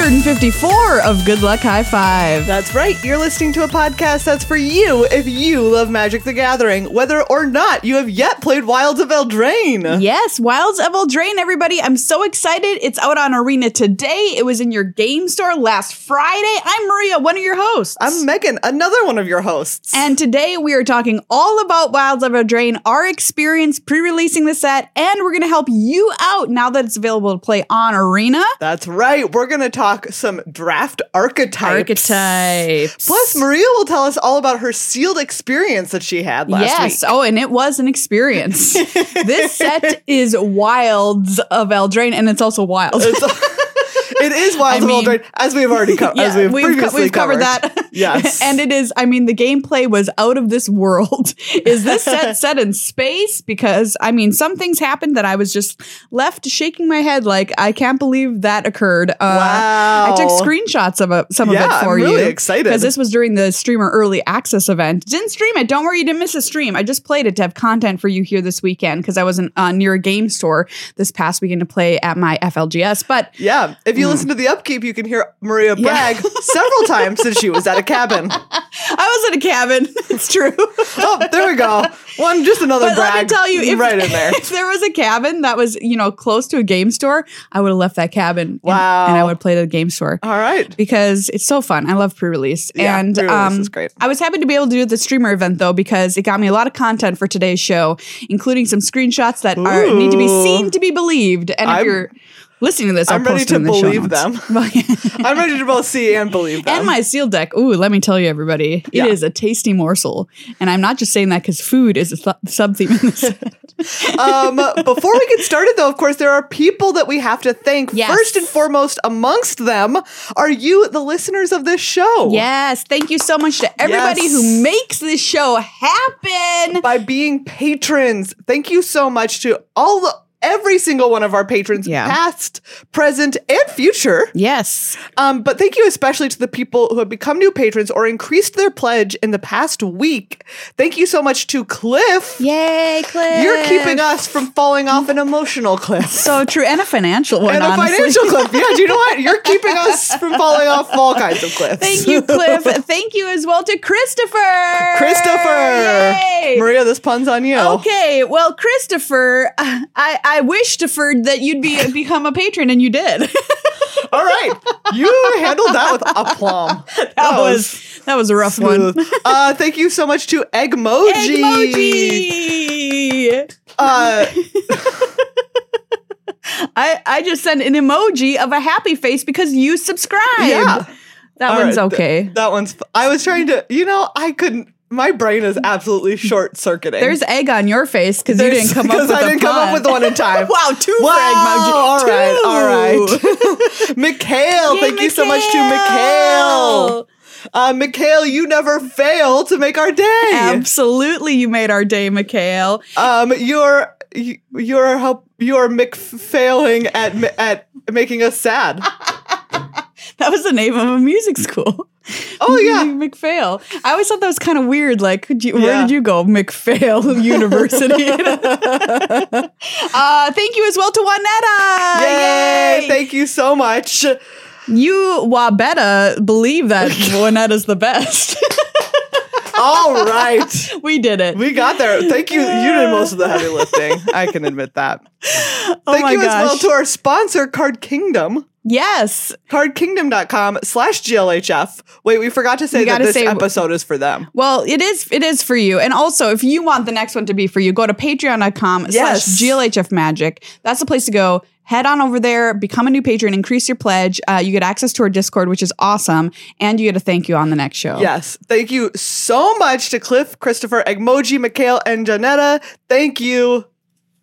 54 of Good Luck High Five. That's right. You're listening to a podcast that's for you if you love Magic the Gathering, whether or not you have yet played Wilds of Eldraine. Yes, Wilds of Eldraine, everybody. I'm so excited. It's out on Arena today. It was in your game store last Friday. I'm Maria, one of your hosts. I'm Megan, another one of your hosts. and today we are talking all about Wilds of Eldraine, our experience pre-releasing the set, and we're going to help you out now that it's available to play on Arena. that's right. We're going to talk some draft archetypes. Archetypes. Plus, Maria will tell us all about her sealed experience that she had last week. yes. Oh, and it was an experience. this set is Wilds of Eldraine, and it's also Wild. It's- it is Wilds I mean- of Eldraine, as we've already covered. as we've, co- previously we've covered, that. Yes. and it is, I mean, the gameplay was out of this world. Is this set set in space? Because, I mean, some things happened that I was just left shaking my head like, I can't believe that occurred. Uh, Wow. I took screenshots of a, some Yeah, of it I'm for you. really excited. Because this was during the streamer early access event. Didn't stream it. Don't worry, you didn't miss a stream. I just played it to have content for you here this weekend because I wasn't uh, near a game store this past weekend to play at my FLGS. But Yeah. If you listen to the upkeep, you can hear Maria Hmm. Yeah. brag several times since she was at a cabin. I was in a cabin. It's true. Oh, there we go. One, just another But brag. let me tell you, if, right in there. if there was a cabin that was, you know, close to a game store, I would have left that cabin. and- Wow. And, I would have played at a game store All right. because it's so fun. I love pre-release. Yeah, and pre-release um, is great. I was happy to be able to do the streamer event though because it got me a lot of content for today's show, including some screenshots that are, need to be Ooh. seen to be believed. And if I'm- you're listening to this, I'm I'll ready post to it in the show believe notes. I'm ready to both see and believe them. And my sealed deck. Ooh, let me tell you, everybody, it is Yeah. a tasty morsel. And I'm not just saying that because food is a th- sub theme in this. um, before we get started, though, of course, there are people that we have to thank. Yes. First and foremost, amongst them are you, the listeners of this show. Yes, thank you so much to everybody Yes. who makes this show happen. By being patrons. Thank you so much to all the. Every single one of our patrons, Yeah. past, present, and future. Yes. Um, but thank you especially to the people who have become new patrons or increased their pledge in the past week. Thank you so much to Cliff. Yay, Cliff. You're keeping us from falling off an emotional cliff. So true. And a financial one. And a honestly. financial cliff. Yeah, do you know what? You're keeping us from falling off all kinds of cliffs. Thank you, Cliff. thank you as well to Christopher. Christopher. Yay. Maria, this pun's on you. Okay, well, Christopher, I, I wish, Deferred, that you'd be become a patron, and you did. All right. You handled that with aplomb. That, that was that was a rough smooth. one. Uh, thank you so much to Eggmoji. Emoji. Uh, I I just sent an emoji of a happy face because you subscribed. Yeah. that all one's right, th- okay. that one's. f- I was trying to, you know, I couldn't. My brain is absolutely short circuiting. There's egg on your face because you didn't come up with I didn't come up with one in time. wow, two Wow, for all egg emoji. right, all Two. right. Mikhail, Yay, thank you so much to Mikhail. Uh, Mikhail, you never fail to make our day. Absolutely, you made our day, Mikhail. um, you're you- you're help you're McFailing at ma- at making us sad. That was the name of a music school. Oh yeah. McPhail. I always thought that was kind of weird. Like, could you, where Yeah. did you go, McPhail University? uh, thank you as well to Juanetta. Yay! Thank you so much. you, Wabetta, believe that Juanetta's the best. All right, we did it. we got there. Thank you. You did most of the heavy lifting. I can admit that. oh Thank my you gosh. as well to our sponsor, Card Kingdom. yes. cardkingdom.com slash glhf wait we forgot to say We that gotta this say- episode is for them Well, it is it is for you. And also, if you want the next one to be for you, go to patreon.com slash Yes. GLHF Magic. That's the place to go. Head on over there, become a new patron, increase your pledge. Uh, you get access to our Discord, which is awesome. And you get a thank you on the next show. yes thank you so much to cliff christopher egmoji mikhail and janetta thank you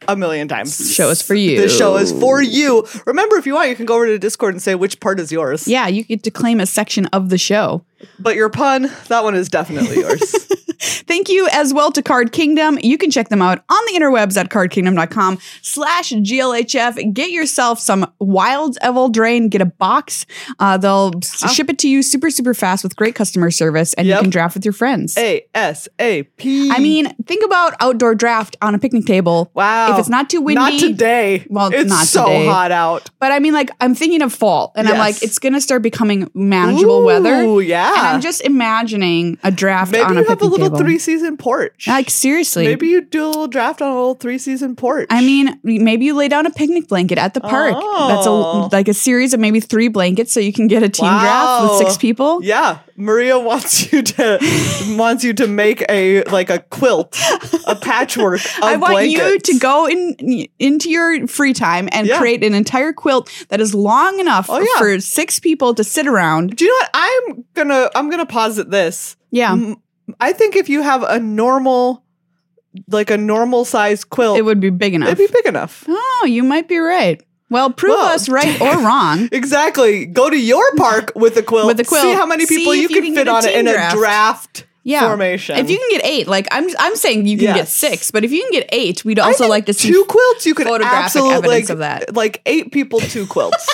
a million times This show is for you. this show is for you remember if you want you can go over to discord and say which part is yours Yeah, you get to claim a section of the show. But your pun, that one is definitely yours. Thank you as well to Card Kingdom. You can check them out on the interwebs at cardkingdom.com slash GLHF. Get yourself some Wild Evil Drain. Get a box. Uh, they'll s- ship it to you super, super fast with great customer service, and Yep. you can draft with your friends. I A S A P. mean, think about outdoor draft on a picnic table. wow. If it's not too windy. Not today. Well, it's not so today. hot out. But I mean, like, I'm thinking of fall, and I'm Yes. like, it's going to start becoming manageable weather. Ooh, yeah. And I'm just imagining a draft Maybe on a you have a picnic little table. three season porch. Like, seriously. Maybe you do a little draft on a little three season porch. I mean, maybe you lay down a picnic blanket at the park. That's Oh. a like a series of maybe three blankets, so you can get a team draft Wow. with six people. yeah, Maria wants you to wants you to make a like a quilt, a patchwork. Of I want you blankets. to go in into your free time and Yeah. create an entire quilt that is long enough Oh, yeah. for six people to sit around. Do you know what? I'm gonna I'm gonna posit this. Yeah, M- I think if you have a normal, like a normal size quilt, it would be big enough. it'd be big enough. oh, you might be right. Well, prove Well, us right or wrong. Exactly. Go to your park with a quilt. With a See quilt. how many See people you if you can, can fit get a on it in team draft. a draft Yeah. formation. If you can get eight, like I'm, I'm saying you can get Yes. six, but if you can get eight, we'd I also think like to see two quilts, you could photographic absolutely evidence like, of that. like eight people, two quilts.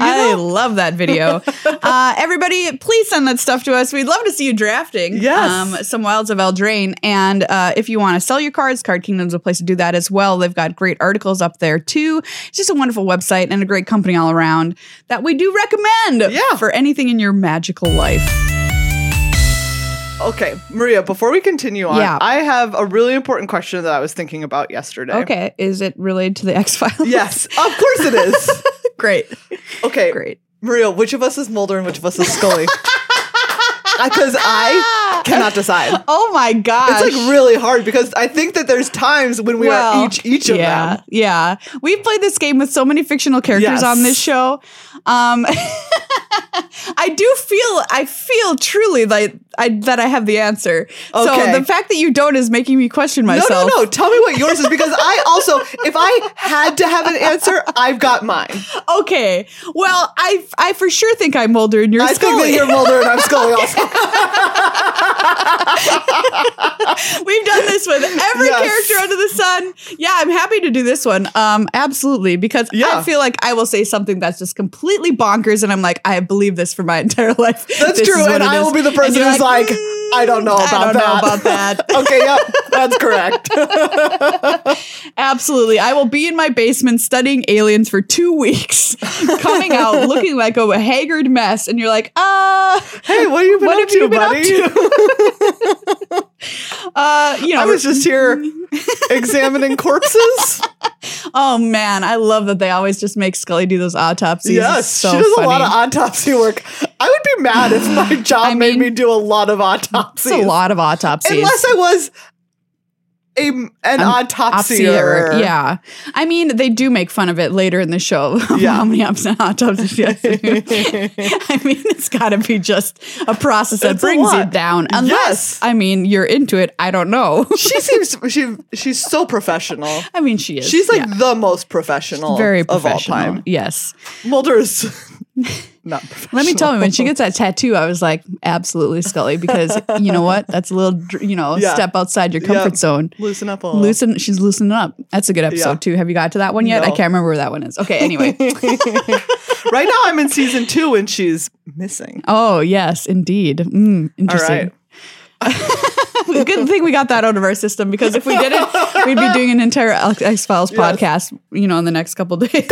I love that video. uh, everybody, please send that stuff to us. We'd love to see you drafting um, Yes. uh, Yeah. for anything in your magical life. okay, Maria. Before we continue on, Yeah. I have a really important question that I was thinking about yesterday. Okay. Is it related to the X Files? Yes, of course it is. great. Okay, Great. Maria, which of us is Mulder and which of us is Scully? Because I cannot decide. Oh my gosh. It's like really hard because I think that there's times when we Well, are each each of yeah, them. Yeah. We've played this game with so many fictional characters Yes. on this show. Um I do feel I feel truly like I that I have the answer. Okay. So the fact that you don't is making me question myself. No, no, no. Tell me what yours is because I also, if I had to have an answer, I've got mine. no. Okay. Well, I I for sure think I'm Mulder and you're I Scully. think that you're Mulder and I'm Scully also. We've done this with every Yes. character under the sun. Yeah, I'm happy to do this one. Um, absolutely, because Yeah. I feel like I will say something that's just completely bonkers, and I'm like, I believe this for my entire life. That's This is true. what And it I is. will be the And person you're who's like, "Mm, I don't know about I don't that. know about that. okay, yep, that's correct. absolutely, I will be in my basement studying aliens for two weeks, coming out looking like a haggard mess, and you're like, ah, Hey, what have you been What up have to, you been up buddy? uh, you know, I was just here examining corpses. oh man, I love that they always just make Scully do those autopsies. yes, It's so she does funny. a lot of autopsy work. I would be mad if my job I made mean, me do a lot of autopsies. It's a lot of autopsies. Unless I was a, an, autopsy Autopsier, autopsier. Yeah. I mean, they do make fun of it later in the show. Yeah. How many ups and autopsies she has to do. I mean, it's got to be just a process that It's a brings you lot. down. Unless, Yes. I mean, you're into it. I don't know. she seems she she's so professional. I mean, she is. She's like yeah, the most professional, very of all professional. time. Yes. Mulder is not professional. Let me tell you, when she gets that tattoo, I was like, absolutely, Scully, because you know what? That's a little, dr- you know, Yeah. step outside your comfort Yeah. zone. loosen up a little. Loosen, she's loosening up. That's a good episode Yeah. too. Have you got to that one yet? I No. can't remember where that one is. Okay, anyway. Right now, I'm in season two, and she's missing. Oh yes, indeed. Mm, All interesting. right. Good thing we got that out of our system because if we didn't, we'd be doing an entire X Files Yes. podcast. You know, in the next couple days.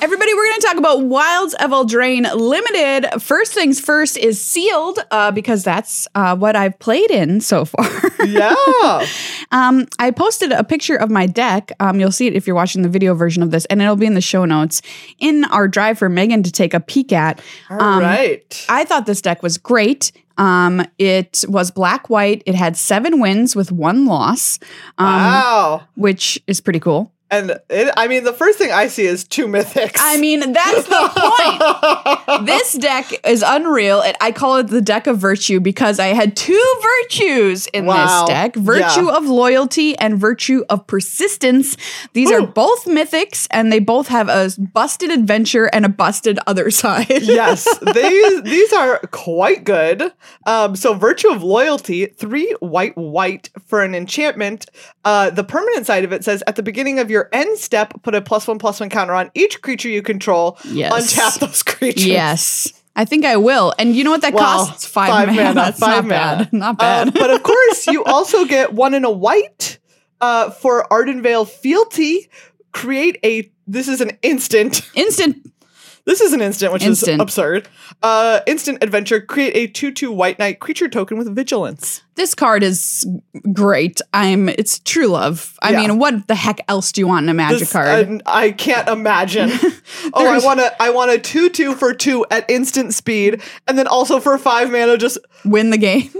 Everybody, we're going to talk about Wilds of Eldraine Limited. First things first is sealed uh, because that's uh, what I've played in so far. Yeah. Um, I posted a picture of my deck. Um, you'll see it if you're watching the video version of this, and it'll be in the show notes in our drive for Megan to take a peek at. All Um, right. I thought this deck was great. Um, it was black white. It had seven wins with one loss, um, wow. which is pretty cool. And it, I mean, the first thing I see is two mythics. I mean, that's the point. this deck is unreal. And I call it the deck of virtue because I had two virtues in Wow. this deck virtue Yeah. of loyalty and virtue of persistence. These are Ooh. both mythics, and they both have a busted adventure and a busted other side. yes, these these are quite good. Um, so virtue of loyalty, three white white for an enchantment. Uh, the permanent side of it says at the beginning of your end step, put a plus one plus one counter on each creature you control. Yes. untap those creatures. Yes. I think I will. And you know what that Wow. costs? Five, mana. That's not bad. mana. Not bad. Um, but of course, you also get one in a white uh, for Ardenvale fealty. Create a. This is an instant. Instant. This is an instant, which is Instant. absurd. Uh, instant adventure. Create a two-two white knight creature token with vigilance. This card is great. I'm. It's true love. I Yeah. mean, what the heck else do you want in a magic This- card? uh, I can't imagine. oh, I There's- want to. I want a two-two for two at instant speed, and then also for five mana. Just Win the game.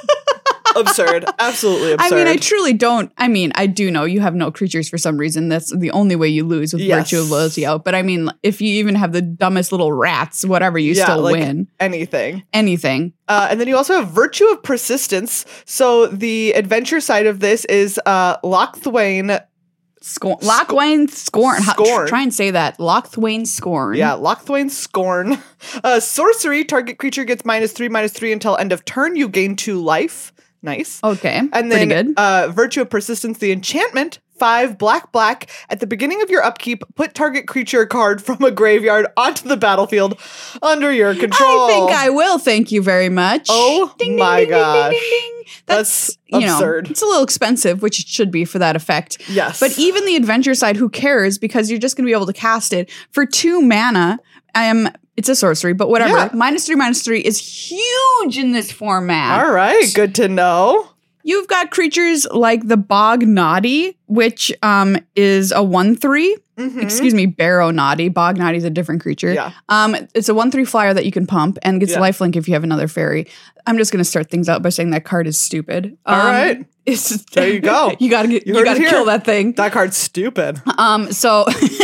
absurd. Absolutely I absurd. mean, I truly don't. I mean, I do know you have no creatures for some reason. That's the only way you lose with Yes. virtue of loyalty out. But I mean, if you even have the dumbest little rats, whatever, you Yeah, still like- win anything. anything. Uh, and then you also have Virtue of Persistence. So the adventure side of this is uh, Loch Thwain. Scorn. Lockwain scorn. How- tr- Scorn. try and say that. Lockthwain scorn. Yeah, Loch Thwain Scorn. Uh, sorcery. Target creature gets minus three, minus three until end of turn. You gain two life. Nice. Okay. And Pretty then good. Uh, Virtue of Persistence, the enchantment. Five black black. At the beginning of your upkeep, put target creature card from a graveyard onto the battlefield under your control. I think I will. Thank you very much. Oh my gosh. That's, That's you know, absurd. it's a little expensive, which it should be for that effect. Yes. But e even the adventure side, who cares? Because you're just going to be able to cast it for two mana. I am. It's a sorcery, but whatever. Yeah. Minus three, minus three is huge in this format. All right. Good to know. You've got creatures like the Bog Naughty, which um, is a one three. Mhm. Excuse me, Barrow Naughty. Bog Naughty is a different creature. Yeah. Um, it's a one three flyer that you can pump and gets Yeah. lifelink if you have another fairy. I'm just gonna start things out by saying that card is stupid. All All right, right. It's, There you go. you gotta get, You you, heard it gotta here. kill that thing. That card's stupid. Um, so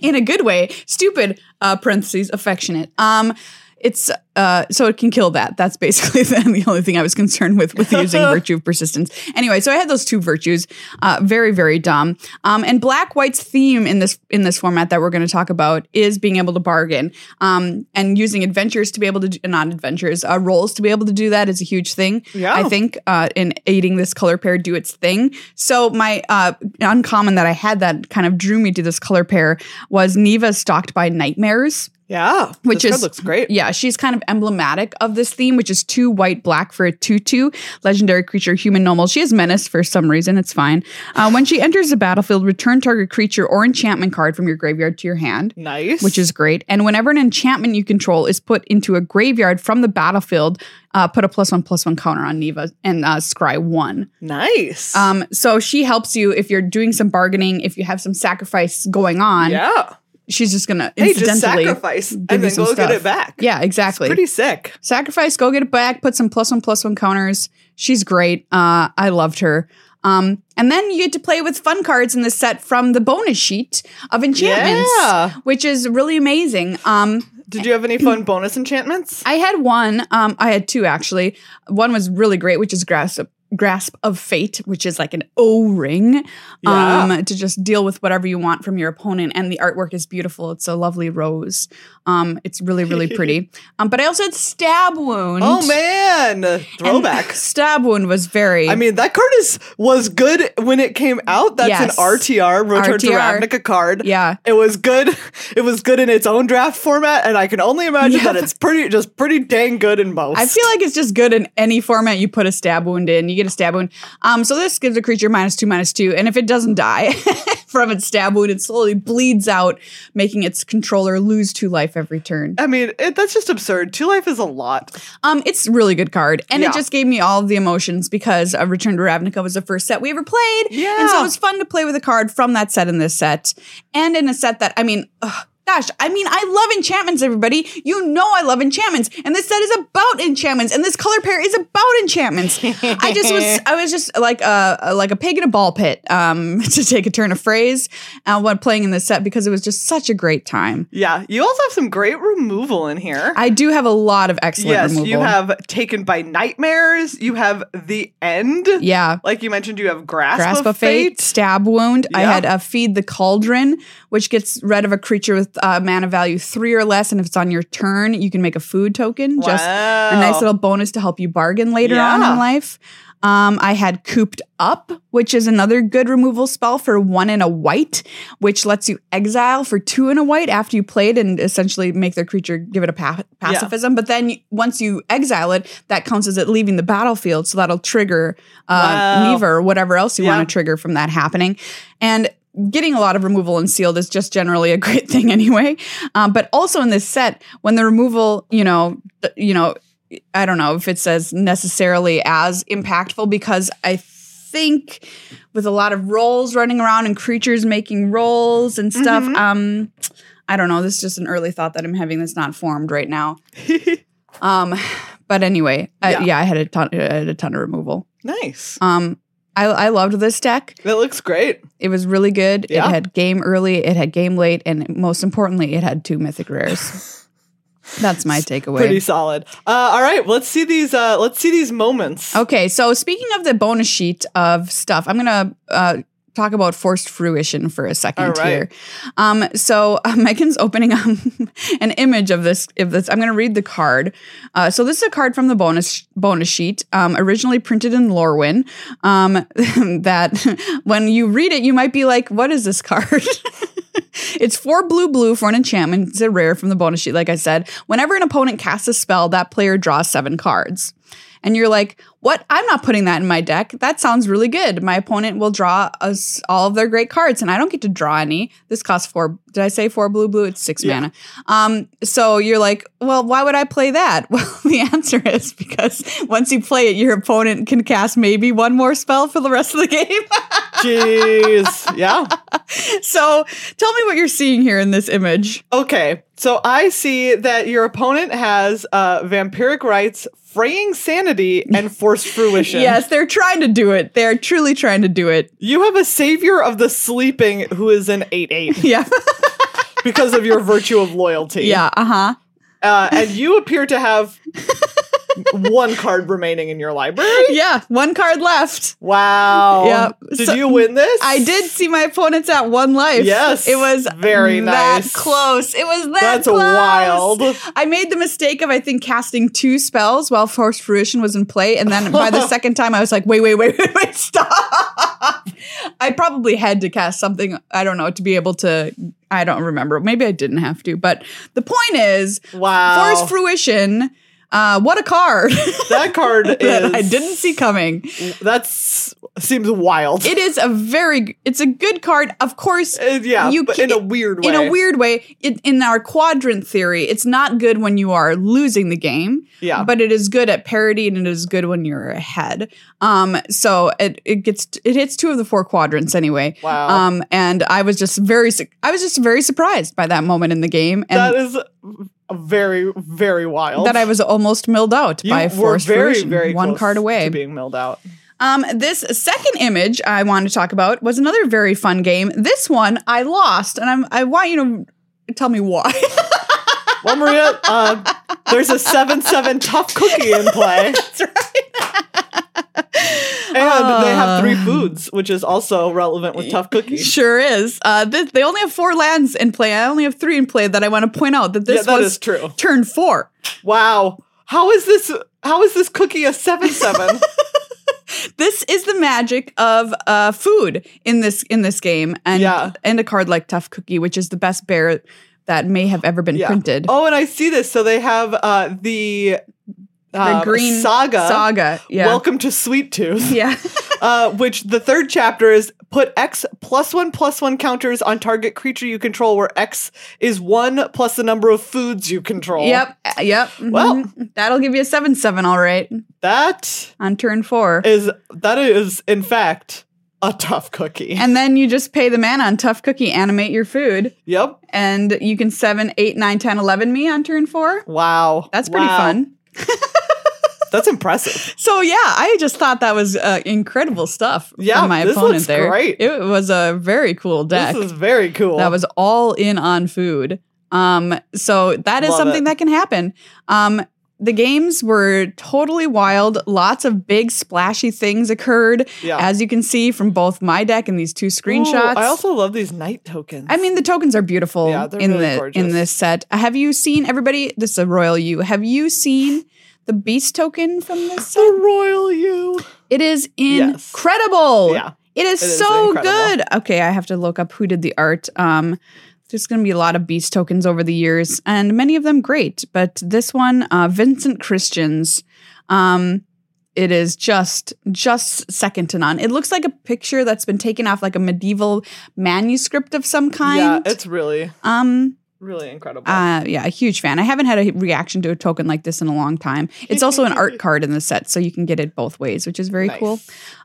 in a good way, stupid uh, parentheses affectionate. Um, it's uh, so it can kill that. That's basically the, the only thing I was concerned with with using virtue of persistence. Anyway, so I had those two virtues. Uh, very very dumb. Um, and black white's theme in this in this format that we're going to talk about is being able to bargain. Um, and using adventures to be able to do, not adventures uh, roles to be able to do that is a huge thing. Yeah. I think uh, in aiding this color pair do its thing. So my uh, uncommon that I had that kind of drew me to this color pair was Neva stalked by nightmares. Yeah, Which this card is- looks great. Yeah, she's kind of emblematic of this theme, which is two white black for a tutu, legendary creature, human normal. She is menace for some reason. It's fine. Uh, when she enters the battlefield, return target creature or enchantment card from your graveyard to your hand Nice. which is great. And whenever an enchantment you control is put into a graveyard from the battlefield, uh, put a plus one plus one counter on Neva and uh, scry one. nice. Um, so she helps you if you're doing some bargaining, if you have some sacrifice going on. yeah. She's just gonna Hey, just incidentally. sacrifice and give you then some go get stuff. it back. yeah, exactly. Pretty sick. sacrifice, go get it back, put some plus one plus one counters. She's great. Uh, I loved her. Um, and then you get to play with fun cards in the set from the bonus sheet of enchantments, Yeah. which is really amazing. Um, Did you have any fun bonus enchantments? I had one. Um, I had two actually. One was really great, which is grasp grasp of fate, which is like an O ring. Yeah. Um, to just deal with whatever you want from your opponent. And the artwork is beautiful. It's a lovely rose. Um, it's really, really pretty. um, but I also had stab wound. Oh man, And throwback. Stab wound was very I mean, that card is was good when it came out. That's Yes. an RTR, Return to RTR. Ravnica card. Yeah. It was good. It was good in its own draft format, and I can only imagine Yeah. that it's pretty, just pretty dang good in most. I feel like it's just good in any format you put a stab wound in. You get a stab wound. Um, so this gives a creature minus two, minus two, and if it doesn't die from its stab wound, it slowly bleeds out, making its controller lose two life every turn. I mean, it, that's just absurd. Two life is a lot. Um, it's a really good card, and Yeah. it just gave me all of the emotions because uh, Return to Ravnica was the first set we ever played, Yeah. and so it was fun to play with a card from that set in this set, and in a set that I mean, ugh, gosh, I mean, I love enchantments, everybody. You know I love enchantments. And this set is about enchantments, and this color pair is about enchantments. I just was I was just like a like a pig in a ball pit, um, to take a turn of phrase uh, when playing in this set because it was just such a great time. Yeah, you also have some great removal in here. I do have a lot of excellent yes, removal. you have Taken by Nightmares. You have The End. yeah. Like you mentioned, you have Grasp, Grasp of, Fate. Stab Wound. I Yeah. had a Feed the Cauldron, which gets rid of a creature with uh, mana value three or less. And if it's on your turn, you can make a food token. Just a nice Wow. little bonus to help you bargain later on Oh. Yeah. in life. Um, I had Cooped Up, which is another good removal spell for one and a white, which lets you exile for two and a white after you played and essentially make their creature give it a pa- pacifism. But then y- once you exile it, that counts as it leaving the battlefield. So that'll trigger uh, Wow. Neva or whatever else you Yeah. want to trigger from that happening. And getting a lot of removal and sealed is just generally a great thing anyway. Um, but also in this set, when the removal, you know, th- you know, I don't know if it's as necessarily as impactful because I think with a lot of rolls running around and creatures making rolls and stuff, Mhm. um, I don't know. This is just an early thought that I'm having that's not formed right now. Um, but anyway, Yeah. I, yeah, I had a ton, I had a ton of removal. nice. Um, I, I loved this deck. That looks great. It was really good. Yeah. It had game early, it had game late, and most importantly, it had two mythic rares. That's my takeaway. Pretty solid. Uh, all right, let's see these. Uh, let's see these moments. Okay, so speaking of the bonus sheet of stuff, I'm gonna uh, talk about forced fruition for a second All right. here. Um, so uh, Megan's opening um, an image of this. Of this, I'm gonna read the card. Uh, so this is a card from the bonus bonus sheet, um, originally printed in Lorwyn. Um, that when you read it, you might be like, "What is this card?" It's four blue blue for an enchantment. It's a rare from the bonus sheet, like I said. Whenever an opponent casts a spell, that player draws seven cards. And you're like, what? I'm not putting that in my deck. That sounds really good. My opponent will draw us all of their great cards, and I don't get to draw any. This costs four. Did I say four blue blue? It's six Yeah. mana. Um, so you're like, well, why would I play that? Well, the answer is because once you play it, your opponent can cast maybe one more spell for the rest of the game. Jeez. yeah. so tell me what you're seeing here in this image. Okay, so I see that your opponent has uh, vampiric rights, fraying sanity, and forced fruition. Yes, they're trying to do it. They're truly trying to do it. You have a savior of the sleeping who is an 8 8 Yeah. because of your virtue of loyalty. yeah. Uh huh. Uh, and you appear to have one card remaining in your library. Yeah. One card left. Wow. Yep. Did So- you win this? I did see my opponents at one life. Yes. It was Very that nice. close. It was that That's close. wild. I made the mistake of I think casting two spells while Forced Fruition was in play, and then by the second time I was like, wait, wait, wait, wait, wait, stop! I probably had to cast something I don't know to be able to. I don't remember. Maybe I didn't have to, but the point is, Wow. Forced Fruition. Uh, what a card that card is. that I didn't see coming. That's seems wild. It is a very, it's a good card. Of course, Uh, yeah, you but ca- in a weird way. in a weird way, it, in our quadrant theory, it's not good when you are losing the game, Yeah. but it is good at parity and it is good when you're ahead. Um, so it it gets it hits two of the four quadrants anyway. Wow. Um, and I was just very su- I was just very surprised by that moment in the game and that that, is very, very wild. I was almost milled out You by were forced fruition, one close card away. to being milled out. Um, this second image I want to talk about was another very fun game. This one I lost, and I'm I want you to tell me why. Well, Maria, um, there's a seven-seven tough cookie in play. That's right. and Ah. they have three foods, which is also relevant with tough cookies. Sure is. Uh, this, they only have four lands in play. I only have three in play that I want to point out that Yeah, this that was is true. turn four. Wow, how is this? How is this cookie a seven-seven? This is the magic of uh, food in this in this game, and Yeah. and a card like Tough Cookie, which is the best bear that may have ever been Yeah. printed. oh, and I see this. So they have uh, the the um, green saga. Saga. Yeah. Welcome to Sweet Tooth. yeah. uh, which the third chapter is put X plus one plus one counters on target creature you control, where X is one plus the number of foods you control. Yep. uh, Yep. Well- Mhm. that'll give you a seven seven, all right, That on turn four. is that is in fact a tough cookie. And then you just pay the man on Tough Cookie, animate your food, Yep. and you can 7, 8, 9, 10, 11 me on turn four. Wow. That's pretty Wow. fun. That's impressive. So, yeah, I just thought that was uh, incredible stuff Yeah, from my this opponent looks there. great. It was a very cool deck. This is very cool. That was all in on food. Um, so that is Love something it. that can happen. Um, the games were totally wild. Lots of big splashy things occurred, Yeah. as you can see from both my deck and these two screenshots. Ooh, I also love these night tokens. I mean, the tokens are beautiful Yeah, they're in really the gorgeous. in this set. Have you seen everybody? This is a royal you. Have you seen the beast token from this set? the royal you. It is Yes. incredible. Yeah. It is, It is so incredible. good. Okay, I have to look up who did the art. Um, there's going to be a lot of Beast tokens over the years, and many of them great. But this one, uh, Vincent Christians, um, it is just just second to none. It looks like a picture that's been taken off like a medieval manuscript of some Yeah, kind. it's really, um, really incredible. uh, yeah, a huge fan. I haven't had a reaction to a token like this in a long time. It's also an art card in the set, so you can get it both ways, which is very Nice. cool.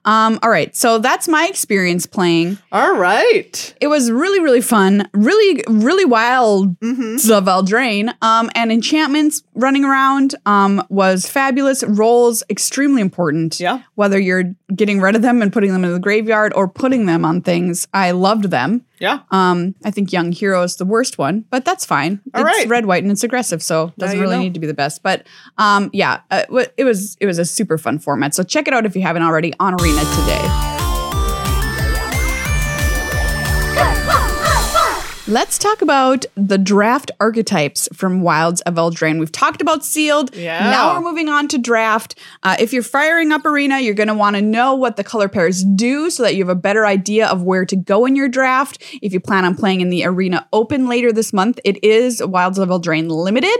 Um, all right, so that's my experience playing. All right. It was really, really fun, really, really wild Mm-hmm. of Eldraine. Um, and enchantments running around um, was fabulous. Rolls extremely important. Yeah. Whether you're getting rid of them and putting them in the graveyard or putting them on things, I loved them. Yeah. Um, I think Young Hero is the worst one, but that's fine. All it's right. red, white, and it's aggressive, so doesn't you really know. need to be the best. But um, yeah, uh, wa- it was it was a super fun format. So check it out if you haven't already on Arena today. Let's talk about the draft archetypes from Wilds of Eldraine. We've talked about sealed. Yeah. Now we're moving on to draft. Uh, if you're firing up Arena, you're going to want to know what the color pairs do so that you have a better idea of where to go in your draft. If you plan on playing in the Arena Open later this month, it is Wilds of Eldraine Limited.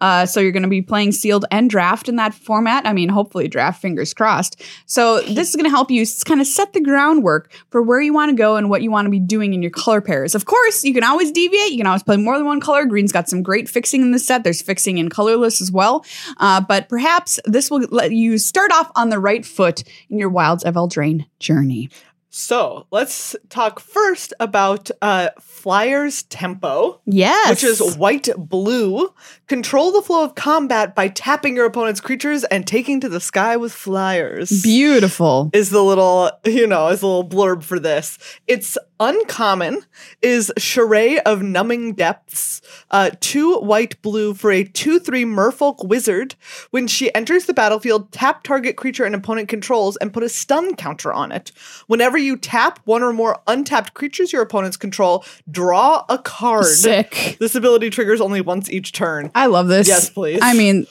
Uh, so you're going to be playing sealed and draft in that format. I mean, hopefully draft, fingers crossed. So this is going to help you kind of set the groundwork for where you want to go and what you want to be doing in your color pairs. Of course, you can always deviate. You can always play more than one color. Green's got some great fixing in this set. There's fixing in colorless as well. Uh, but perhaps this will let you start off on the right foot in your Wilds of Eldraine journey. So let's talk first about uh, Flyers Tempo. Yes. Which is white blue. Control the flow of combat by tapping your opponent's creatures and taking to the sky with flyers. beautiful. is the little, you know, is the little blurb for this. It's uncommon, is Charay of Numbing Depths, uh, two white blue for a 2 3 merfolk wizard. When she enters the battlefield, tap target creature an opponent controls and put a stun counter on it. Whenever you tap one or more untapped creatures your opponents control, draw a card. Sick. This ability triggers only once each turn. I love this. Yes, please. I mean,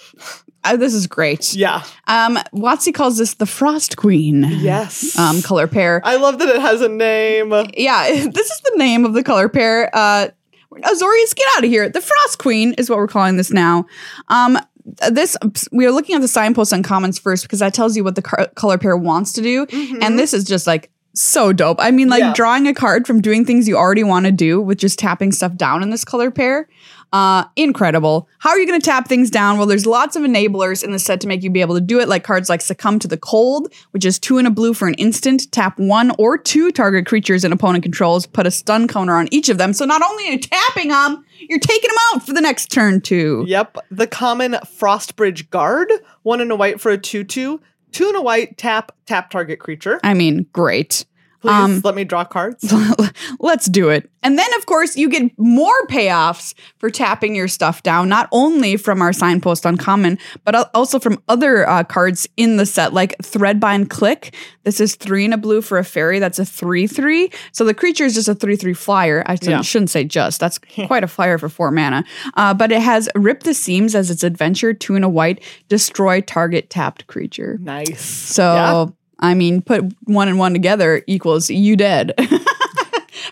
uh, this is great. Yeah. Um, Watsy calls this the Frost Queen. Yes. Um, color pair. I love that it has a name. yeah, this is the name of the color pair. Uh, Azorius, get out of here. The Frost Queen is what we're calling this now. Um, this we are looking at the signposts and comments first because that tells you what the car- color pair wants to do, and this is just like so dope. I mean, like Yeah. drawing a card from doing things you already want to do with just tapping stuff down in this color pair. Uh, incredible. How are you going to tap things down? Well, there's lots of enablers in the set to make you be able to do it, like cards like Succumb to the Cold, which is two and a blue for an instant. Tap one or two target creatures and opponent controls, put a stun counter on each of them. So not only are you tapping them, you're taking them out for the next turn, too. Yep. The common Frostbridge Guard, one in a white for a 2 2. Two in a white, tap, tap target creature. I mean, great. Please um, let me draw cards. Let's do it. And then, of course, you get more payoffs for tapping your stuff down, not only from our signpost on common, but al- also from other uh, cards in the set, like Threadbind Click. This is three and a blue for a fairy. That's a 3 3. So the creature is just a 3 3 flyer. I shouldn't, Yeah. shouldn't say just. That's quite a flyer for four mana. Uh, but it has Rip the Seams as its adventure, two and a white, destroy target tapped creature. Nice. So Yeah. I mean, put one and one together equals you dead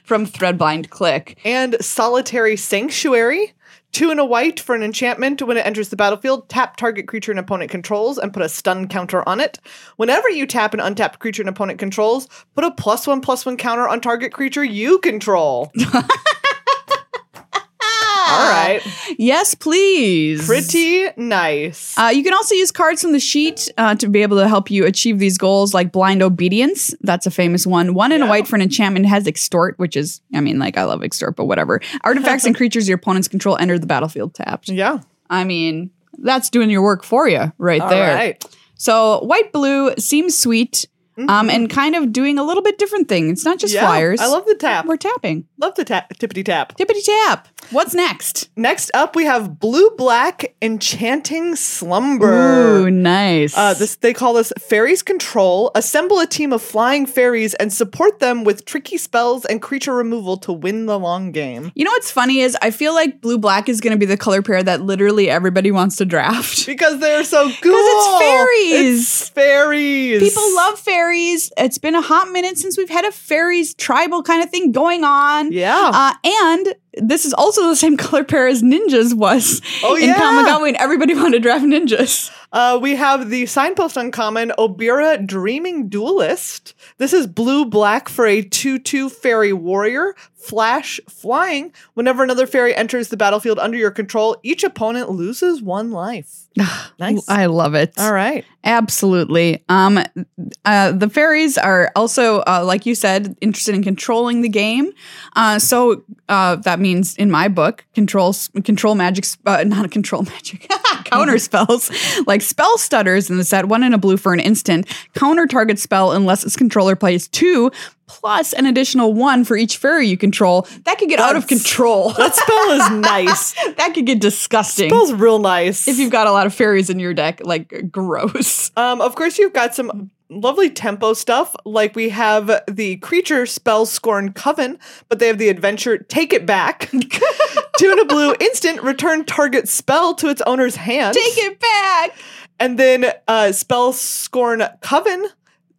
from Threadblind Click. And Solitary Sanctuary, two in a white for an enchantment. When it enters the battlefield, tap target creature an opponent controls and put a stun counter on it. Whenever you tap an untapped creature an opponent controls, put a plus one plus one counter on target creature you control. All right. Yes, please. Pretty nice. Uh, you can also use cards from the sheet uh, to be able to help you achieve these goals, like blind obedience. That's a famous one. One in a Yeah. white for an enchantment has extort, which is, I mean, like I love extort, but whatever. Artifacts and creatures your opponents control enter the battlefield tapped. yeah. I mean, that's doing your work for you right All there. right. So white blue seems sweet, um, and kind of doing a little bit different thing. It's not just Mm-hmm. Yeah, flyers. I love the tap. We're tapping. Love the tap. Tippity tap. Tippity tap. What's next? Next up, we have blue black enchanting slumber. Ooh, nice. Uh, this they call this fairies control. Assemble a team of flying fairies and support them with tricky spells and creature removal to win the long game. You know what's funny is I feel like blue black is going to be the color pair that literally everybody wants to draft. Because they're so cool. fairies. It's fairies. People love fairies. It's been a hot minute since we've had a fairies tribal kind of thing going on. Yeah. Uh, and this is also the same color pair as ninjas was Oh, in yeah. Kamigawa, and everybody wanted to draft ninjas. Uh, we have the signpost uncommon Obira Dreaming Duelist. This is blue black for a 2 2 fairy warrior, flash flying. Whenever another fairy enters the battlefield under your control, each opponent loses one life. nice. I love it. All right. Absolutely. Um, uh, the fairies are also, uh, like you said, interested in controlling the game. Uh, so uh, that means, in my book, control control magic, sp- uh, not control magic, counter spells like spell stutters in the set. One in a blue for an instant. Counter target spell unless its controller plays two plus an additional one for each fairy you control. That could get out of That's- control. That spell is nice. that could get disgusting. Spell's real nice. if you've got a lot of fairies in your deck, like gross. Um, of course, you've got some lovely tempo stuff. Like we have the creature spell scorn coven, but they have the adventure take it back. Two in a blue instant return target spell to its owner's hand. Take it back. And then uh, spell scorn coven.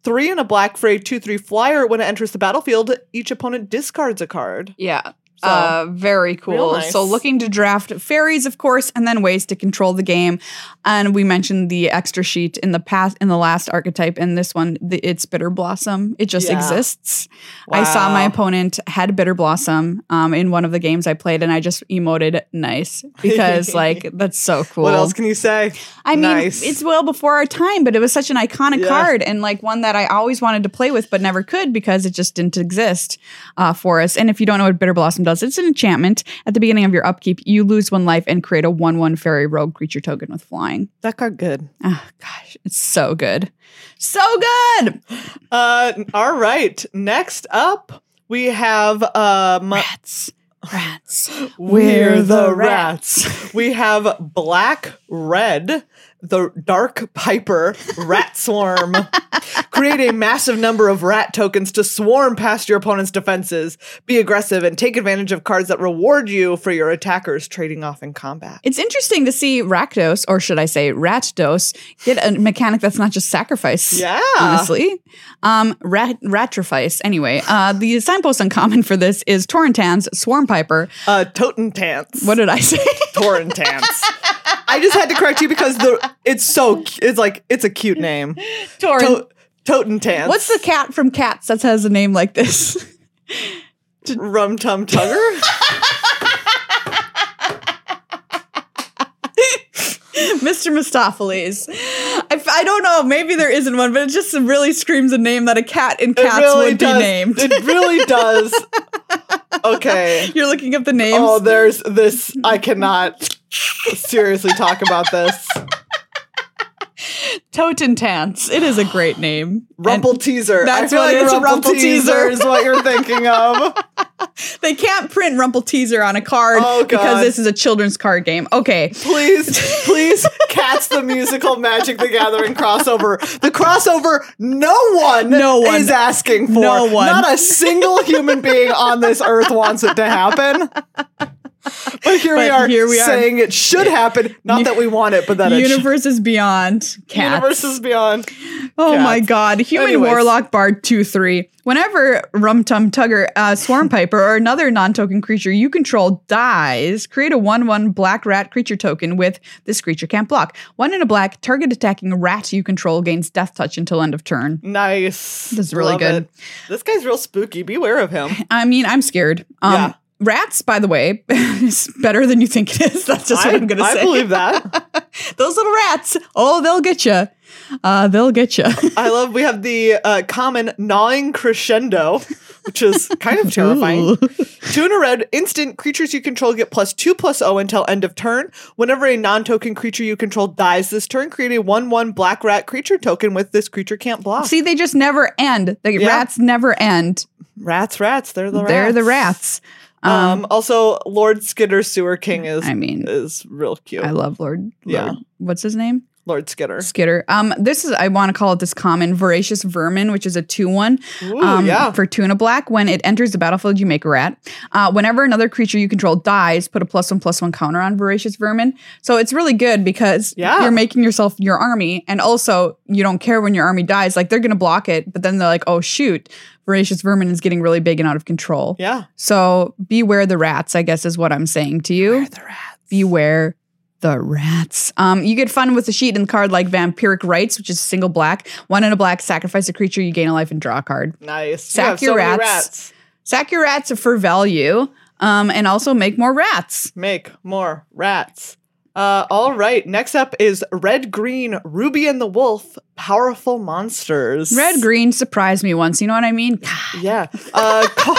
Three in a black for a two three flyer. When it enters the battlefield, each opponent discards a card. Yeah. uh, very cool. Real nice. So, looking to draft fairies, of course, and then ways to control the game. And we mentioned the extra sheet in the past, in the last archetype, and this one, the, it's bitter blossom. It just Yeah. exists. I saw my Wow. opponent had bitter blossom um, in one of the games I played, and I just emoted nice because, like, that's so cool. What else can you say? I mean, Nice. it's well before our time, but it was such an iconic Yeah. card and like one that I always wanted to play with, but never could because it just didn't exist uh, for us. And if you don't know what Bitter Blossom does, it's an enchantment. At the beginning of your upkeep, you lose one life and create a one-one fairy rogue creature token with flying. That card good. Oh gosh, it's so good, so good. Uh, all right. Next up, we have uh, my, Rats, rats. We're the rats. we have black, red, the dark piper, rat swarm. Create a massive number of rat tokens to swarm past your opponent's defenses. Be aggressive and take advantage of cards that reward you for your attackers trading off in combat. It's interesting to see Rakdos, or should I say Ratdos, get a mechanic that's not just sacrifice. Yeah. honestly. Um, rat- ratrifice. Anyway, uh, the signpost uncommon for this is Torrentans Swarm Piper. Uh, Totentance. What did I say? Torrentance. I just had to correct you because the it's so cu- it's like it's a cute name. Torrent. To- Totentance. What's the cat from Cats that has a name like this? rum tum tugger? Mr. Mistopheles. I, f- I don't know. Maybe there isn't one, but it just really screams a name that a cat in Cats would be named. It really does. Okay. You're looking up the names. Oh, there's this. I cannot seriously talk about this. Totentants. It is a great name. Rumple teaser. That's I feel what it like is, a rumple, rumple teaser. teaser. is what you're thinking of. And they can't print Rumple Teaser on a card Oh, because God. this is a children's card game. Okay. Please, please, Cats the Musical Magic the Gathering crossover. The crossover no one, No one. is asking for. No one. Not a single human being on this earth wants it to happen. But here we But are here we are. saying it should happen. Not that we want it, but that it should. Universe is beyond cats. Universe is beyond. Oh Cats. my god. Human Anyways. Warlock Bard 2 3. Whenever Rum Tum Tugger, uh, Swarm Piper, or another non token creature you control dies, create a 1 1 black rat creature token with this creature can't block. One in a black, target attacking rat you control gains death touch until end of turn. Nice. This is really Love good. it. This guy's real spooky. Beware of him. I mean, I'm scared. Um, Yeah. Rats, by the way, is better than you think it is. That's just I, what I'm going to I say. believe that. Those little rats, oh, they'll get you. Uh, they'll get you. I love we have the uh, common gnawing crescendo, which is kind of terrifying. Two in a red, instant creatures you control get plus two plus O until end of turn. Whenever a non token creature you control dies this turn, create a 1 1 black rat creature token with this creature can't block. See, they just never end. The Yeah. rats never end. rats, rats, they're the rats. They're the rats. Um, um, also, Lord Skidder Sewer King is I mean, is real cute. I love Lord. Yeah. Lord- What's his name? Lord Skidder. Skitter. Um, this is I want to call it this common voracious vermin, which is a two one. Ooh, Um, yeah. For two and a black, when it enters the battlefield, you make a rat. Uh, whenever another creature you control dies, put a plus one plus one counter on voracious vermin. So it's really good because Yeah. you're making yourself your army, and also you don't care when your army dies. Like they're gonna block it, but then they're like, oh shoot, voracious vermin is getting really big and out of control. Yeah. So beware the rats, I guess is what I'm saying to you. the rats. Beware the rats. Um, you get fun with the sheet and card like Vampiric Rites, which is single black. One in a black, sacrifice a creature, you gain a life and draw a card. Nice. Sack you have your so many rats. rats. Sack your rats for value um, and also make more rats. Make more rats. Uh, all right. Next up is Red Green Ruby and the Wolf Powerful Monsters. Red green surprised me once. You know what I mean? God. Yeah. Uh, call-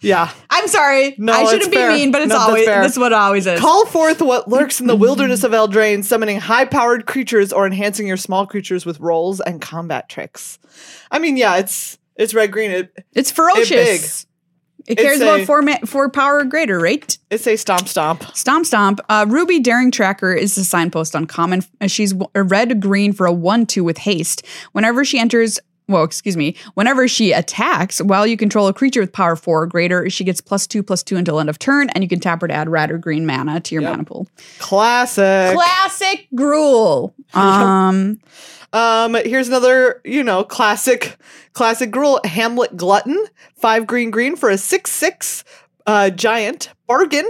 yeah. I'm sorry. No, I it's shouldn't be fair. mean, but it's No, that's always fair. this is what it always is. Call forth what lurks in the wilderness of Eldraine, summoning high powered creatures or enhancing your small creatures with rolls and combat tricks. I mean, yeah, it's it's red green. It, it's ferocious. It It's cares a- about four, ma- four power or greater, right? it's a stomp stomp. Stomp Stomp. Uh, Ruby Daring Tracker is the signpost on common. Uh, She's w- a red green for a 1 2 with haste. Whenever she enters, well, excuse me, whenever she attacks, while you control a creature with power 4 or greater, she gets plus 2 plus 2 until end of turn, and you can tap her to add red or green mana to your Yep. mana pool. Classic. Classic Gruel. Um, Um, here's another, you know, classic, classic gruel. Hamlet Glutton, five green green for a six six uh, giant bargain.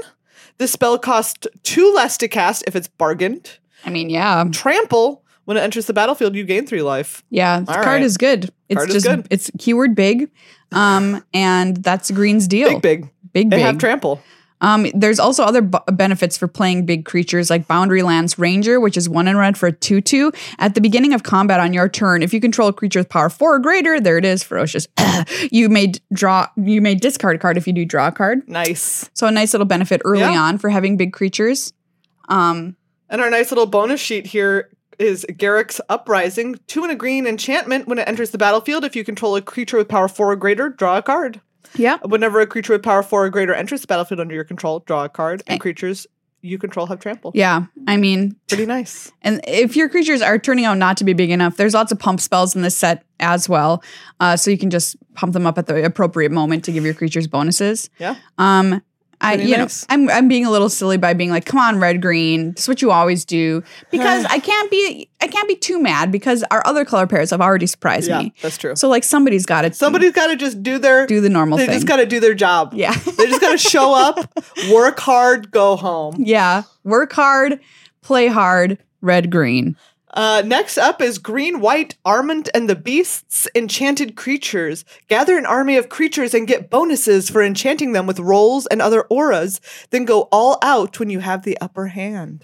This spell costs two less to cast if it's bargained. I mean, yeah. Trample. When it enters the battlefield, you gain three life. Yeah. The All card right. is good. It's Card is just, good. it's keyword big. Um, and that's Green's deal. Big, big. big, They Oh, big. have trample. Um, there's also other b- benefits for playing big creatures like Boundary Lands Ranger, which is one in red for a 2 2. At the beginning of combat on your turn, if you control a creature with power 4 or greater, there it is, ferocious. you may d- draw, you may discard a card if you do draw a card. Nice. So a nice little benefit early Yeah. on for having big creatures. Um, And our nice little bonus sheet here is Garrick's Uprising, two and a green enchantment. When it enters the battlefield, if you control a creature with power four or greater, draw a card. yeah. Whenever a creature with power four or greater enters the battlefield under your control, draw a card, and Eh. creatures you control have trample. Yeah. I mean, Pretty nice. And if your creatures are turning out not to be big enough, there's lots of pump spells in this set as well. Uh, so you can just pump them up at the appropriate moment to give your creatures bonuses. Yeah. Um, I, Pretty you nice. know, I'm, I'm being a little silly by being like, come on, red, green. It's what you always do. Because I can't be, I can't be too mad because our other color pairs have already surprised me. that's true. So like somebody's got to Somebody's got to just do their. do the normal they thing. just got to do their job. yeah. They just got to show up, work hard, go home. yeah. Work hard, play hard, red, green. Uh, next up is Green, White, Armand, and the Beasts, Enchanted Creatures. Gather an army of creatures and get bonuses for enchanting them with rolls and other auras. Then go all out when you have the upper hand.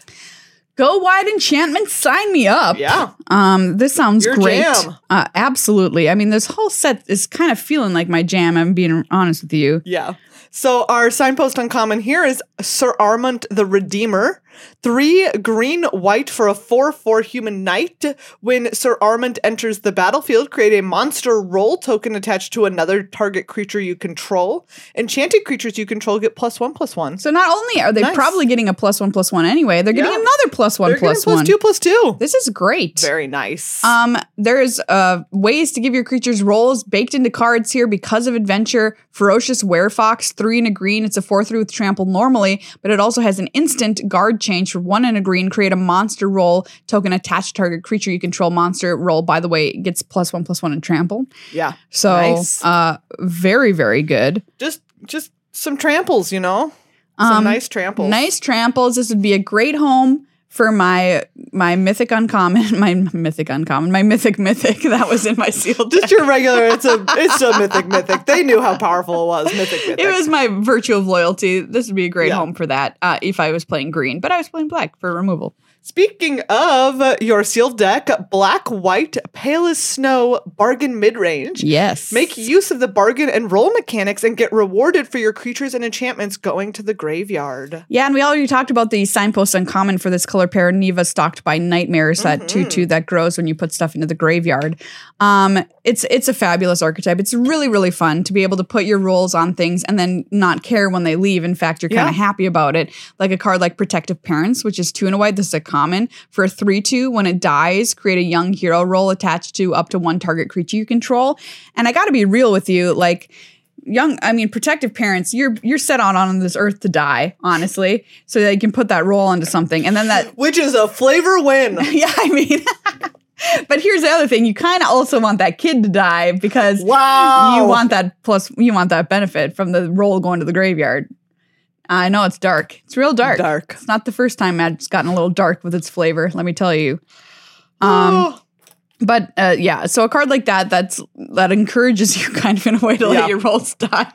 Go wide enchantment, sign me up. Yeah. Um, this sounds Your great. jam. Uh, absolutely. I mean, this whole set is kind of feeling like my jam. I'm being honest with you. Yeah. So our signpost uncommon here is Sir Armand the Redeemer. Three green white for a 4 4 human knight. When Sir Armand enters the battlefield, create a monster roll token attached to another target creature you control. Enchanted creatures you control get plus 1 plus 1. So not only are they Nice. probably getting a plus one plus one anyway, they're getting Yeah. another plus one They're getting plus one. plus 2 plus 2. This is great. Very nice. Um, there's uh, ways to give your creatures rolls baked into cards here because of adventure. Ferocious Werefox, three and a green. It's a four through with trample normally, but it also has an instant guard change for one and a green. Create a monster roll token attached to target creature you control. Monster roll, by the way, gets plus one plus one and trample. yeah. So Nice. uh, very very good. Just just some tramples, you know? Some Um, nice tramples. Nice tramples. This would be a great home for my my mythic uncommon, my mythic uncommon, my mythic mythic that was in my seal. Just deck. your regular. It's a it's a mythic mythic. They knew how powerful it was. Mythic mythic. It was my virtue of loyalty. This would be a great Yeah. home for that uh, if I was playing green, but I was playing black for removal. Speaking of your sealed deck, black, white, pale as snow, bargain mid range. Yes. Make use of the bargain and roll mechanics and get rewarded for your creatures and enchantments going to the graveyard. Yeah, and we already talked about the signpost uncommon for this color pair, Neva stalked by nightmares, that two two that grows when you put stuff into the graveyard. Um, it's it's a fabulous archetype. It's really really fun to be able to put your rules on things and then not care when they leave. In fact, you're kind Yeah. of happy about it. Like a card like Protective Parents, which is two and a white. This is a common for a three two. When it dies, create a young hero roll attached to up to one target creature you control. And I got to be real with you, like young i mean protective parents you're you're set out on this earth to die honestly so they can put that roll onto something and then that Which is a flavor win. yeah i mean but here's the other thing you kind of also want that kid to die because Wow. you want that plus you want that benefit from the roll going to the graveyard i know it's dark it's real dark Dark. it's not the first time magic's gotten a little dark with its flavor let me tell you Um, Oh, but uh, yeah, so a card like that that's that encourages you kind of in a way to Yeah. let your rolls die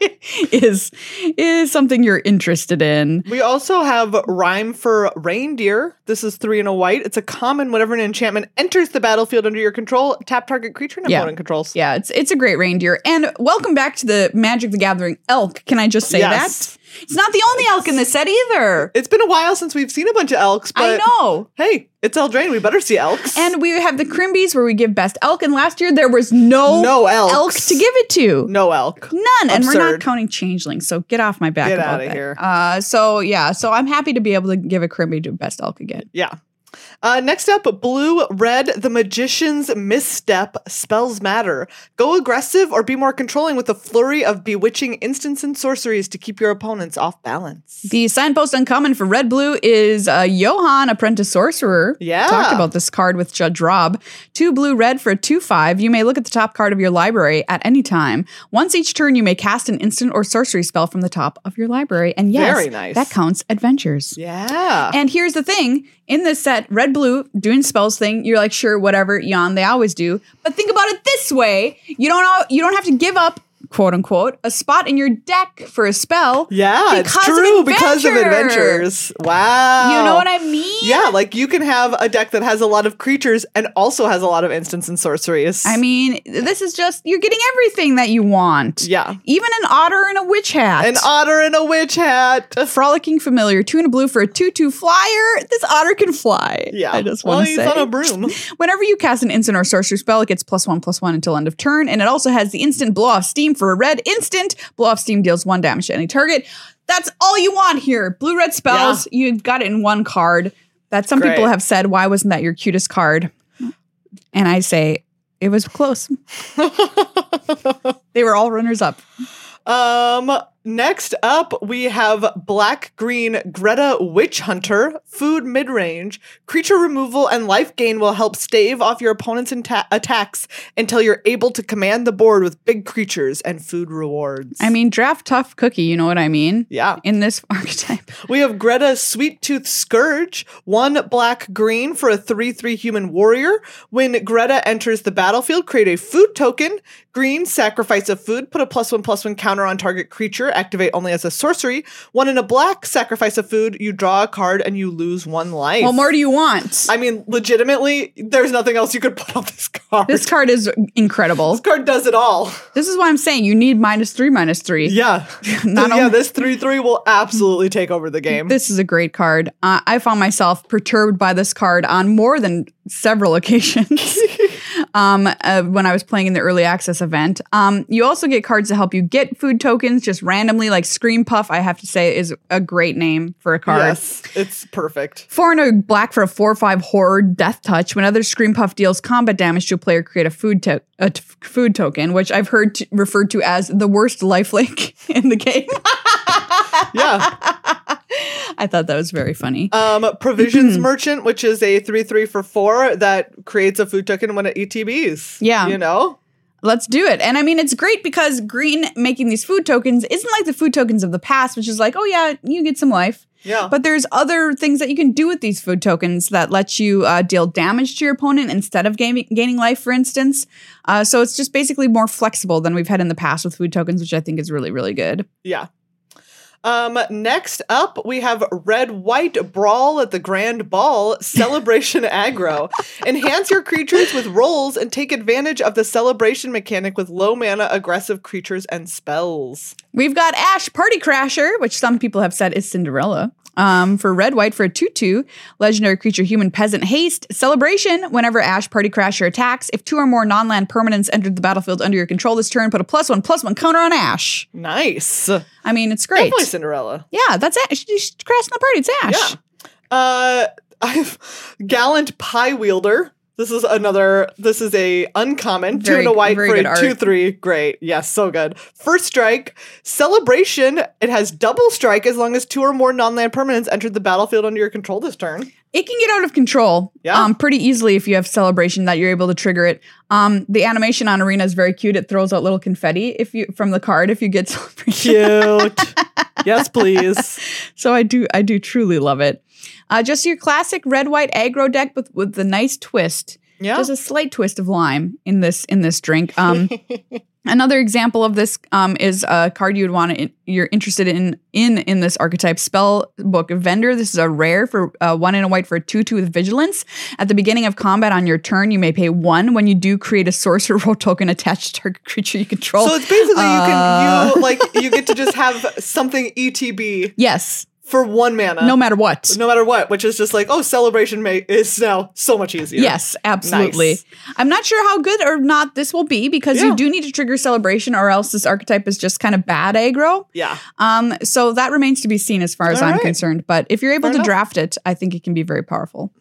is is something you're interested in. we also have Rhyme for Reindeer. This is three and a white. It's a common whenever an enchantment enters the battlefield under your control, tap target creature and Yeah. opponent controls. Yeah, it's it's a great reindeer. And welcome back to the Magic the Gathering elk. Can I just say Yes. that? It's not the only elk in this set either. It's been a while since we've seen a bunch of elks, I but know. hey, it's Eldraine. We better see elks. And we have the Crimbies where we give best elk and last year there was no, no elks. elk to give it to. No elk. None. And we're not Absurd. counting changelings. So get off my back Get about outta that. here. Uh, so yeah, so I'm happy to be able to give a Crimby to best elk again. Yeah. Uh, next up, blue, red, the magician's misstep, spells matter. Go aggressive or be more controlling with a flurry of bewitching instants and sorceries to keep your opponents off balance. The signpost uncommon for red blue is uh, Johan, apprentice sorcerer. Yeah. Talked about this card with Judge Rob. Two blue red for a 2 5. You may look at the top card of your library at any time. Once each turn, you may cast an instant or sorcery spell from the top of your library. And yes, Very nice. that counts adventures. yeah. And here's the thing in this set, red blue doing spells thing, you're like, sure, whatever, yawn, they always do. But think about it this way you don't, al- you don't have to give up, quote unquote, a spot in your deck for a spell. yeah, it's Because of true because of adventure. adventures. Wow. You know what I mean? Yeah, like you can have a deck that has a lot of creatures and also has a lot of instants and sorceries. I mean, this is just you're getting everything that you want. yeah. Even an otter and a witch hat. An otter in a witch hat. frolicking familiar, two and a blue for a two-two flyer. This otter can fly. Yeah. I just well, want to he's say. on a broom. Whenever you cast an instant or sorcery spell, it gets plus one plus one until end of turn, and it also has the instant blow off steam for a red instant. Blow off steam deals one damage to any target. That's all you want here. Blue red spells. You've got it in one card. That some Great. people have said, why wasn't that your cutest card? And I say it was close. They were all runners up. Um, next up, we have Black Green Greta Witch Hunter, food mid range. Creature removal and life gain will help stave off your opponent's inta- attacks until you're able to command the board with big creatures and food rewards. I mean, draft tough cookie, you know what I mean? yeah. In this archetype. We have Greta Sweet Tooth Scourge, one black green for a 3 3 human warrior. When Greta enters the battlefield, create a food token. Green, sacrifice a food, put a plus one plus one counter on target creature, activate only as a sorcery. One in a black, sacrifice a food, you draw a card and you lose one life. What more do you want? I mean, legitimately, there's nothing else you could put on this card. this This card is incredible. card does it all. This is why I'm saying you need minus three, minus three. Yeah. Not yeah, only- this 3 3 will absolutely take over the game. This is a great card. Uh, I found myself perturbed by this card on more than several occasions um, uh, when I was playing in the early access event. Um, you also get cards to help you get food tokens just randomly, like Scream Puff, I have to say, is a great name for a card. Yes, it's perfect. Four and a black for a four or five horror death touch. When other scream puff deals combat damage to a player, create a food to- a t- food token, which I've heard t- referred to as the worst lifelink in the game. Yeah. I thought that was very funny. Um, provisions merchant, which is a three three for four that creates a food token when it ETBs. Yeah. you know, Let's do it. And I mean, it's great because green making these food tokens isn't like the food tokens of the past, which is like, oh yeah, you get some life. Yeah. But there's other things that you can do with these food tokens that let you uh, deal damage to your opponent instead of gaining, gaining life, for instance. Uh, so it's just basically more flexible than we've had in the past with food tokens, which I think is really, really good. Yeah. Um, next up, we have Red White Brawl at the Grand Ball Celebration Aggro. Enhance your creatures with rolls and take advantage of the celebration mechanic with low mana aggressive creatures and spells. We've got Ash Party Crasher, which some people have said is Cinderella. Um, for red, white, for a 2 2, legendary creature, human peasant, haste, celebration. Whenever Ash Party Crasher attacks, if two or more non land permanents entered the battlefield under your control this turn, put a plus one, plus one counter on Ash. Nice. I mean, it's great. Definitely Cinderella. Yeah, that's Ash. She's crashing the party. It's Ash. Yeah. Uh, I've Gallant Pie Wielder. This is another. This is a uncommon Very- two and a white very for good a art. two three. Great, yes, so good. First strike celebration. It has double strike as long as two or more non-land permanents entered the battlefield under your control this turn. It can get out of control Yeah. um, pretty easily if you have celebration that you're able to trigger it. Um, the animation on Arena is very cute. It throws out little confetti if you from the card if you get celebration. Cute. yes, please. So I do I do truly love it. Uh, just your classic red white aggro deck with with the nice twist. Yeah. Just a slight twist of lime in this in this drink. Um, another example of this um, is a card you would want to you're interested in in in this archetype spell book vendor. This is a rare for uh, one in a white for a two two with vigilance. At the beginning of combat on your turn, you may pay one when you do create a sorcerer roll token attached to target creature you control. so it's basically you can Uh. you like you get to just have something ETB yes, for one mana, no matter what. no matter what, which is just like oh, celebration may- is now so much easier. Yes, absolutely. Nice. I'm not sure how good or not this will be because Yeah. you do need to trigger celebration or else this archetype is just kind of bad aggro. Yeah. Um, so that remains to be seen as far as All I'm right. concerned. But if you're able Fair to enough. draft it, I think it can be very powerful.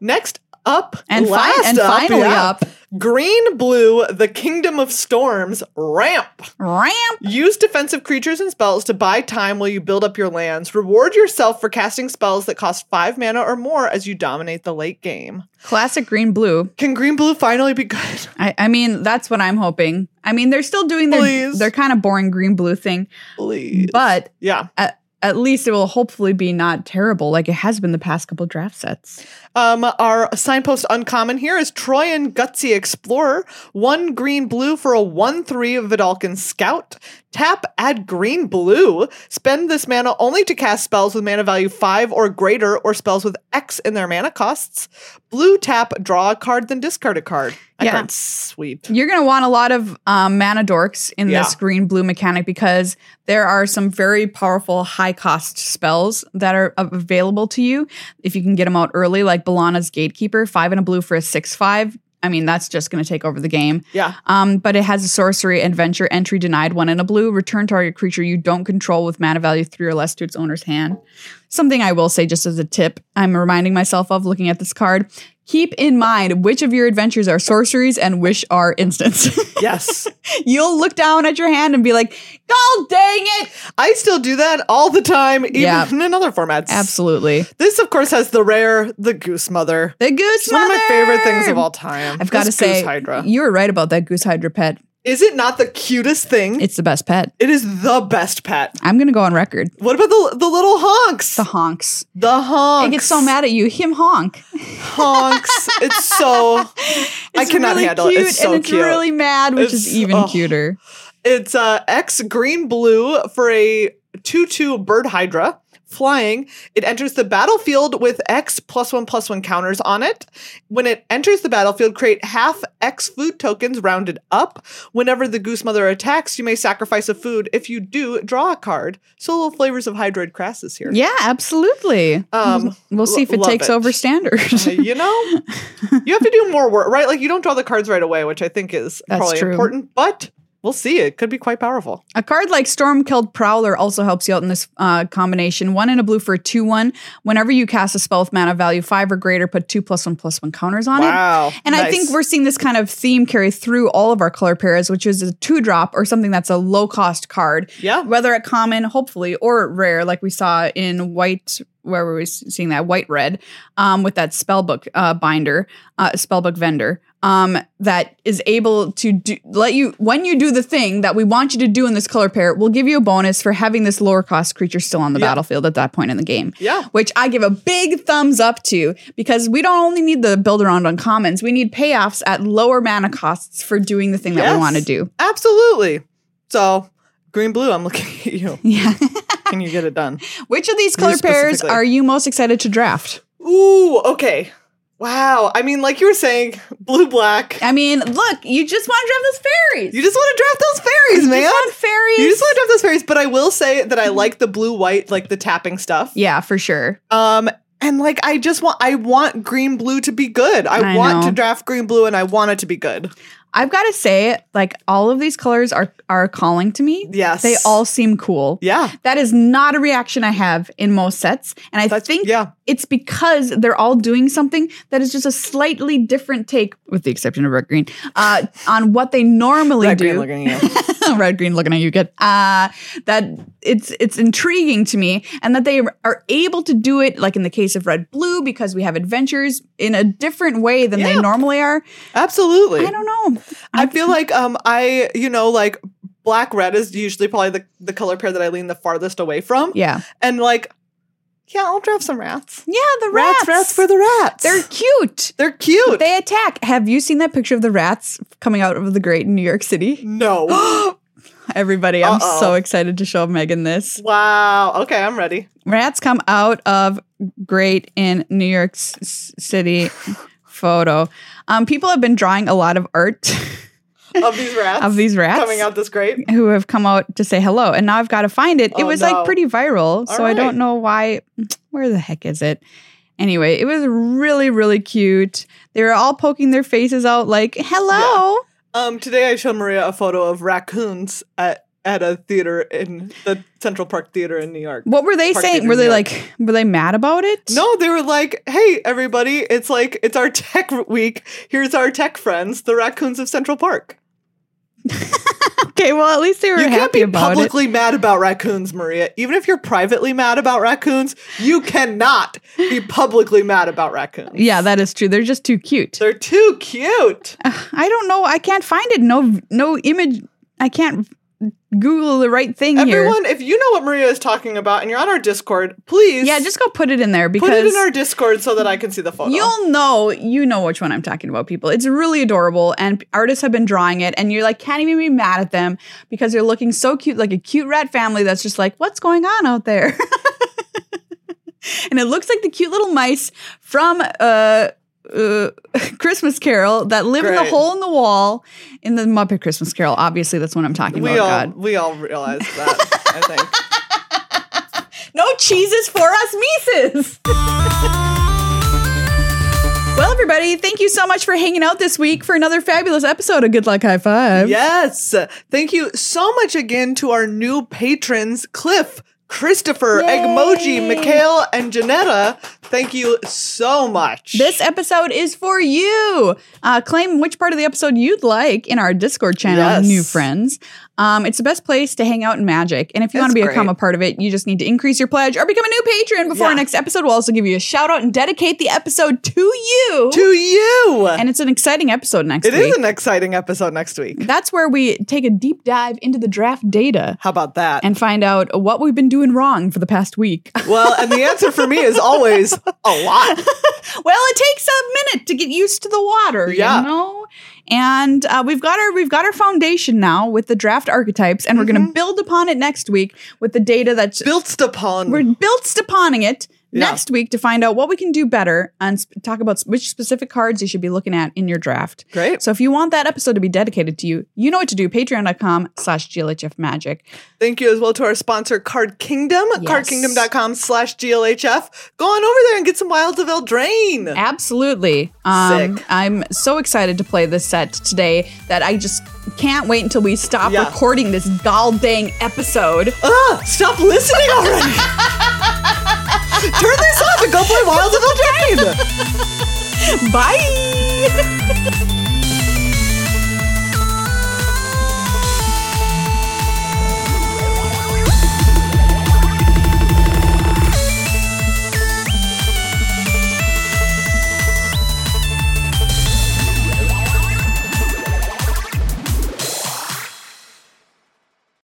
Next up And, fi- last and up, finally yeah. up, Green Blue, the Kingdom of Storms, Ramp. ramp. Use defensive creatures and spells to buy time while you build up your lands. Reward yourself for casting spells that cost five mana or more as you dominate the late game. Classic green blue. Can Green Blue finally be good? I, I mean, that's what I'm hoping. I mean, they're still doing their, Please. their kind of boring green blue thing, Please. but Yeah. at least it will hopefully be not terrible like it has been the past couple draft sets. Um, our signpost uncommon here is Troyan Gutsy Explorer. One green blue for a 1 3 Vidalcan Scout. Tap, add green blue. Spend this mana only to cast spells with mana value 5 or greater or spells with X in their mana costs. Blue tap, draw a card, then discard a card. That Yeah. card's sweet. You're going to want a lot of um, mana dorks in this Yeah. green blue mechanic because there are some very powerful high cost spells that are av- available to you if you can get them out early, like Balana's Gatekeeper, five and a blue for a six five. I mean, that's just going to take over the game. Yeah. Um, but it has a sorcery adventure entry denied one in a blue. Return target creature you don't control with mana value three or less to its owner's hand. Something I will say just as a tip, I'm reminding myself of looking at this card. Keep in mind which of your adventures are sorceries and which are instants. Yes. You'll look down at your hand and be like, "God dang it!" I still do that all the time, even Yeah. in other formats. Absolutely, This, of course, has the rare, the Goose Mother. the goose. It's one of my favorite things of mother! all time. I've got to This say, Goose Hydra. you were right about that goose hydra pet. Is it not the cutest thing? It's the best pet. It is the best pet. I'm gonna go on record. What about the the little honks? The honks. The honks. I get so mad at you. Him honk. Honks. it's so. I It's cannot really handle it. cute, It's so and it's cute. really mad, which It's- is even oh. cuter. It's uh, X green blue for a two two bird hydra flying. It enters the battlefield with X plus one plus one counters on it. When it enters the battlefield, create half X food tokens rounded up. Whenever the goose mother attacks, you may sacrifice a food. If you do, draw a card. So little flavors of hydroid crassus here. Yeah, absolutely. Um, we'll see if it love takes it. over standard. you know, you have to do more work, right? Like you don't draw the cards right away, which I think is That's probably true. important, but we'll see. It could be quite powerful. a card like Stormkilled Prowler also helps you out in this uh, combination. One in a blue for a two-one. Whenever you cast a spell with mana value five or greater, put two plus one plus one counters on it. Wow. And I think Nice. we're seeing this kind of theme carry through all of our color pairs, which is a two drop or something that's a low cost card, yeah. whether at common, hopefully, or rare, like we saw in white where were we s- seeing that white red um, with that spellbook uh, binder, uh, spellbook vendor um, that is able to do, let you when you do the thing that we want you to do in this color pair. We'll give you a bonus for having this lower cost creature still on the Yeah. battlefield at that point in the game Yeah. which I give a big thumbs up to because we don't only need the build around on commons, we need payoffs at lower mana costs for doing the thing that we Yes. want to do. Absolutely. So green blue, I'm looking at you. Yeah. Can you get it done? which of these color pairs specifically. are you most excited to draft? Ooh, okay. Wow. I mean, like you were saying, blue black. I mean, look, you just want to draft those fairies. You just want to draft those fairies, You man. just want fairies. You just want to draft those fairies, but I will say that I like the blue white, like the tapping stuff. yeah, for sure. Um, and like I just want I want green blue to be good. I, I want know. to draft green blue and I want it to be good. I've got to say, like all of these colors are are calling to me. Yes. They all seem cool. Yeah. That is not a reaction I have in most sets, and I That's think yeah. it's because they're all doing something that is just a slightly different take, with the exception of red green, uh, on what they normally Red, do. green looking at you. red green looking at you good. Uh, that it's it's intriguing to me, and that they are able to do it, like in the case of red blue, because we have adventures in a different way than they Yeah. normally are. Absolutely. I don't know. I feel like um I you know like black red is usually probably the, the color pair that I lean the farthest away from. Yeah, And like yeah, I'll draft some rats. yeah. The rats, rats, rats for the rats. they're cute. they're cute. They attack. Have you seen that picture of the rats coming out of the grate in New York City? no. Everybody, I'm Uh-oh. so excited to show Megan this. wow. Okay, I'm ready. Rats come out of great in New York S- S- City photo. Um, people have been drawing a lot of art Of these rats. of these rats coming out this great. who have come out to say hello, and now I've got to find it. It Oh, was no. like pretty viral, so I Alright. don't know why. Where the heck is it? Anyway, it was really, really cute. They were all poking their faces out like, hello. Um, today I showed Maria a photo of raccoons at at a theater in the Central Park Theater in New York. What were they Park Theater saying? in Were New they York. like, were they mad about it? No, they were like, "Hey, everybody! It's like it's our tech week. Here's our tech friends, the raccoons of Central Park." Okay, well, at least they were you can't happy be about it. publicly mad about raccoons, Maria. Even if you're privately mad about raccoons, you cannot be publicly mad about raccoons. Yeah, that is true. They're just too cute. they're too cute. I don't know. I can't find it. No, no image. I can't Google the right thing here. Everyone, if you know what Maria is talking about and you're on our Discord, please, Yeah, just go put it in there because put it in our Discord so that I can see the photo. you'll know. You know which one I'm talking about, people. It's really adorable, and artists have been drawing it, and you're like can't even be mad at them because they're looking so cute, like a cute rat family that's just like, what's going on out there? and it looks like the cute little mice from uh, uh, Christmas Carol that live in the Great. hole in the wall in the Muppet Christmas Carol. Obviously, that's what I'm talking we about. all Oh, God. we all realize that. I think. No cheeses for us Mises. well, everybody, thank you so much for hanging out this week for another fabulous episode of Good Luck High Five. Yes, thank you so much again to our new patrons, Cliff. Christopher, Yay. Egmoji, Mikhail, and Janetta, thank you so much. This episode is for you. Uh, claim which part of the episode you'd like in our Discord channel, Yes. new friends. Um, it's the best place to hang out in Magic. And if you It's want to become great. a part of it, you just need to increase your pledge or become a new patron before our Yeah. next episode. We'll also give you a shout out and dedicate the episode to you. to you. and it's an exciting episode next it week. is an exciting episode next week. That's where we take a deep dive into the draft data How about that? and find out what we've been doing wrong for the past week. well, and the answer for me is always a lot. well, it takes a minute to get used to the water, Yeah. you know. And uh, we've got our we've got our foundation now with the draft archetypes, and we're Mm-hmm. going to build upon it next week with the data that's Built upon we're built upon it. Yeah. Next week to find out what we can do better and sp- talk about s- which specific cards you should be looking at in your draft. Great. So if you want that episode to be dedicated to you, you know what to do. Patreon.com slash GLHF Magic. Thank you as well to our sponsor, Card Kingdom, Yes. cardkingdom.com slash GLHF. Go on over there and get some Wilds of Eldraine. Absolutely. Um, Sick. I'm so excited to play this set today that I just can't wait until we stop Yeah. recording this gall dang episode. Ah, stop listening already. Turn this off and go play Wilds of Eldraine. Bye.